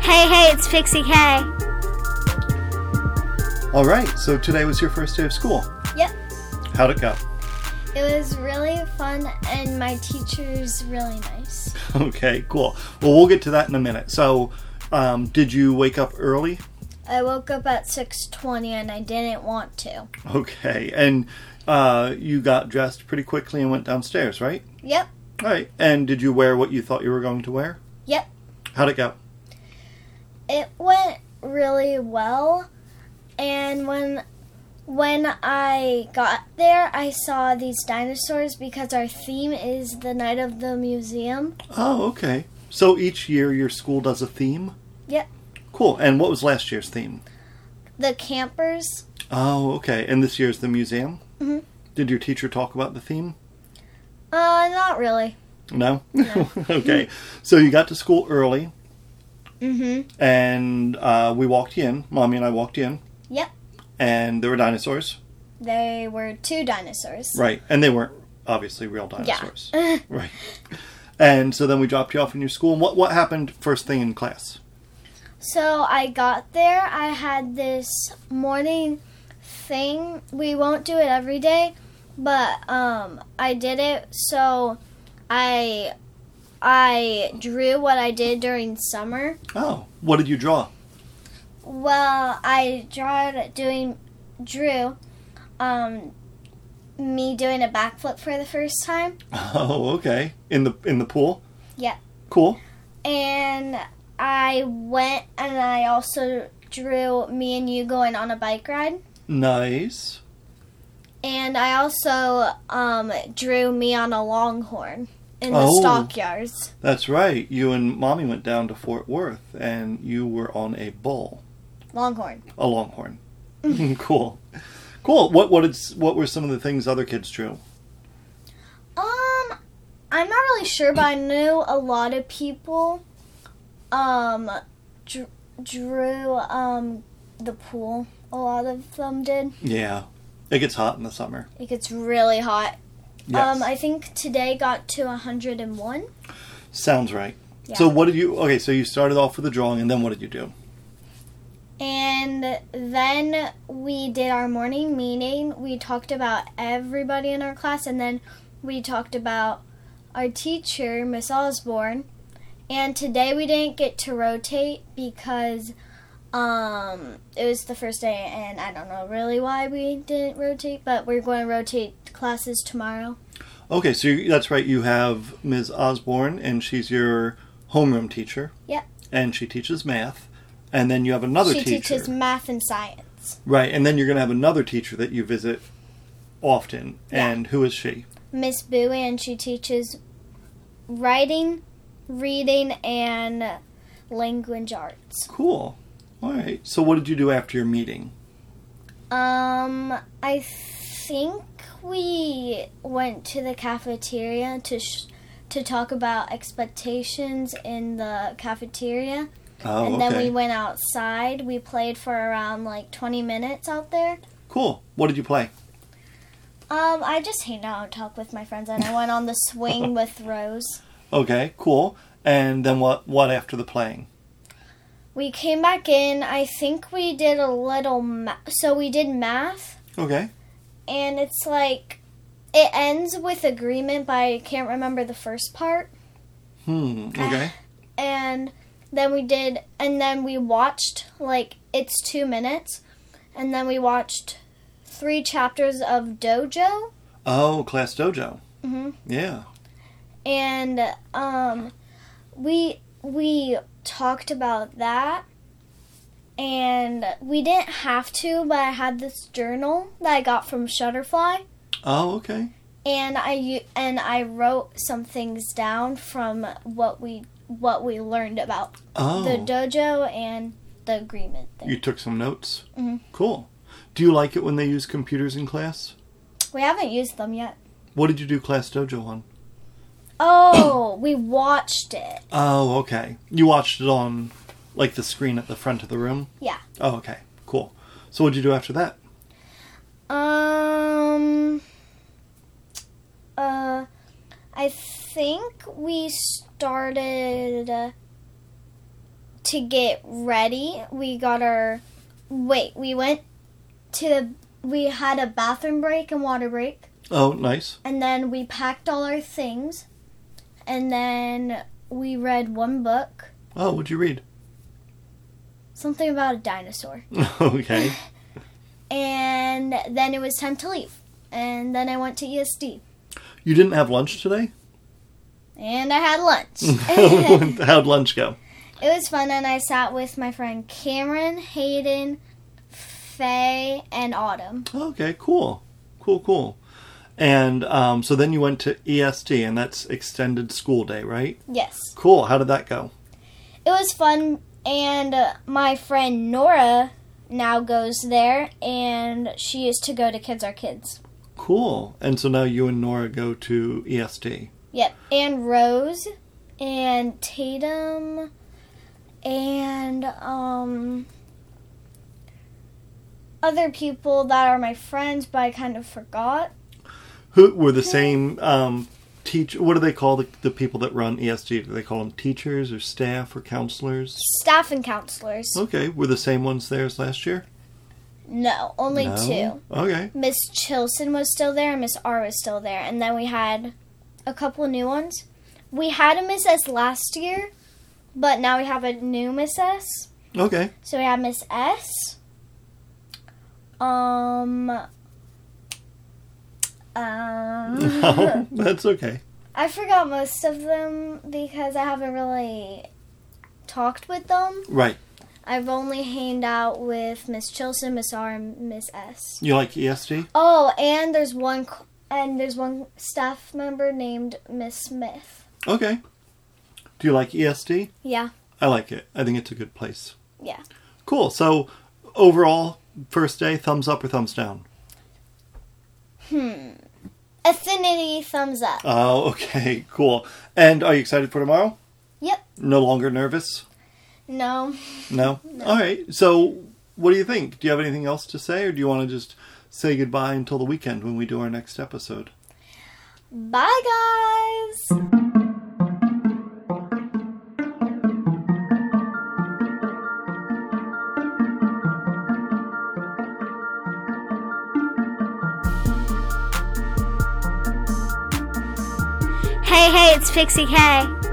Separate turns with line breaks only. Hey, hey, it's Pixie K.
All right, so today was your first day of school.
Yep.
How'd it go?
It was really fun, and my teacher's really nice.
Okay, cool. Well, we'll get to that in a minute. So, um, did you wake up early?
I woke up at 6:20, and I didn't want to.
Okay, and uh, you got dressed pretty quickly and went downstairs, right?
Yep.
All right, and did you wear what you thought you were going to wear?
Yep.
How'd it go?
It went really well, and when when I got there, I saw these dinosaurs because our theme is the night of the museum.
Oh, okay. So each year your school does a theme?
Yep.
Cool. And what was last year's theme?
The campers.
Oh, okay. And this year's the museum?
Mhm.
Did your teacher talk about the theme?
Uh, not really.
No? okay. So you got to school early
Mm-hmm.
and uh, we walked you in. Mommy and I walked you in.
Yep.
And there were dinosaurs.
They were two dinosaurs.
Right. And they weren't obviously real dinosaurs. Right. And so then we dropped you off in your school. And what, what happened first thing in class?
So I got there. I had this morning thing. We won't do it every day, but um, I did it. So I I drew what I did during summer.
Oh, what did you draw?
Well, I drawed doing drew um, me doing a backflip for the first time,
Oh, okay. In the in the pool?
Yeah.
Cool.
and I went and I also drew me and you going on a bike ride.
Nice.
And I also um, drew me on a longhorn in the
Oh.
stockyards.
That's right. You and Mommy went down to Fort Worth and you were on a bull,
Longhorn.
a longhorn. cool. Cool. What what did, what were some of the things other kids drew?
Um, I'm not really sure, but I knew a lot of people um, dr- drew um, the pool. A lot of them did.
Yeah. It gets hot in the summer.
It gets really hot.
Yes.
Um, I think today got to 101.
Sounds right.
Yeah.
So what did you Okay, so you started off with a drawing and then what did you do?
And then we did our morning meeting. We talked about everybody in our class, and then we talked about our teacher, Miss Osborne. And today we didn't get to rotate because um, it was the first day, and I don't know really why we didn't rotate, but we're going to rotate classes tomorrow.
Okay, so you, that's right. You have Ms. Osborne and she's your homeroom teacher.
Yep.
And she teaches math. And then you have another
she
teacher.
teaches math and science.
Right, and then you're going to have another teacher that you visit often. And who is she?
Miss Bowie, and she teaches writing, reading, and language arts.
Cool. All right. So what did you do after your meeting?
Um, I think we went to the cafeteria to sh- to talk about expectations in the cafeteria,
Oh,
and
okay.
then we went outside. We played for around like twenty minutes out there.
cool. What did you play?
Um, I just hang out and talk with my friends, and I went on the swing with Rose.
Okay, cool. And then what what after the playing?
We came back in. I think we did a little ma- so we did math
Okay.
and it's like it ends with agreement but I can't remember the first part.
Hmm. Okay.
And then we did and then we watched like it's 2 minutes and then we watched 3 chapters of Dojo
Oh, class dojo.
Mhm.
Yeah.
and um we we talked about that and we didn't have to but i had this journal that i got from shutterfly
Oh, okay.
and i u- and i wrote some things down from what we what we learned about
Oh.
the dojo and the agreement thing
you took some notes.
Mhm.
Cool. Do you like it when they use computers in class?
we haven't used them yet
What did you do class dojo on?
oh we watched it
Oh, okay. You watched it on like the screen at the front of the room?
Yeah.
Oh, okay. Cool. So what'd you do after that?
Um. Uh, I think we started to get ready, we got our wait, we went to the we had a bathroom break and water break
Oh, nice.
and then we packed all our things and then we read one book,
Oh, what'd you read?
something about a dinosaur.
okay.
And then it was time to leave. And then I went to E ESD
You didn't have lunch today?
and I had lunch.
How'd lunch go?
It was fun, and I sat with my friend Cameron, Hayden, Faye, and Autumn.
Okay, cool. Cool, cool. And um, so then you went to EST, and that's extended school day, right?
Yes.
Cool. How did that go?
It was fun, and uh, my friend Nora now goes there, and she used to go to Kids Are Kids.
Cool. And so now you and Nora go to E EST.
Yep. And Rose, and Tatum, and, um,. Other people that are my friends, but I kind of forgot.
Who were the same um, teach? What do they call the, the people that run EST? Do they call them teachers or staff or counselors?
Staff and counselors.
Okay, were the same ones there as last year?
No, only
No?
two.
Okay.
Miss Chilson was still there and Miss R was still there. And then we had a couple new ones. We had a Miss S last year, but now we have a new Miss S.
Okay.
So we have Miss S. Um.
No,
Um.
that's okay.
I forgot most of them because I haven't really talked with them.
Right.
I've only hanged out with Miss Chilson, Miss R, and Miss S.
You like E EST?
Oh, and there's one c- and there's one staff member named Miss Smith.
Okay. Do you like EST?
Yeah.
I like it. I think it's a good place.
Yeah.
Cool. So, overall, first day, thumbs up or thumbs down?
Hmm. Affinity thumbs up.
Oh, okay. Cool. And are you excited for tomorrow?
Yep.
No longer nervous?
No.
No? All right. So, what do you think? Do you have anything else to say, or do you want to just say goodbye until the weekend when we do our next episode?
Bye guys.
Hey, hey, it's Pixie K.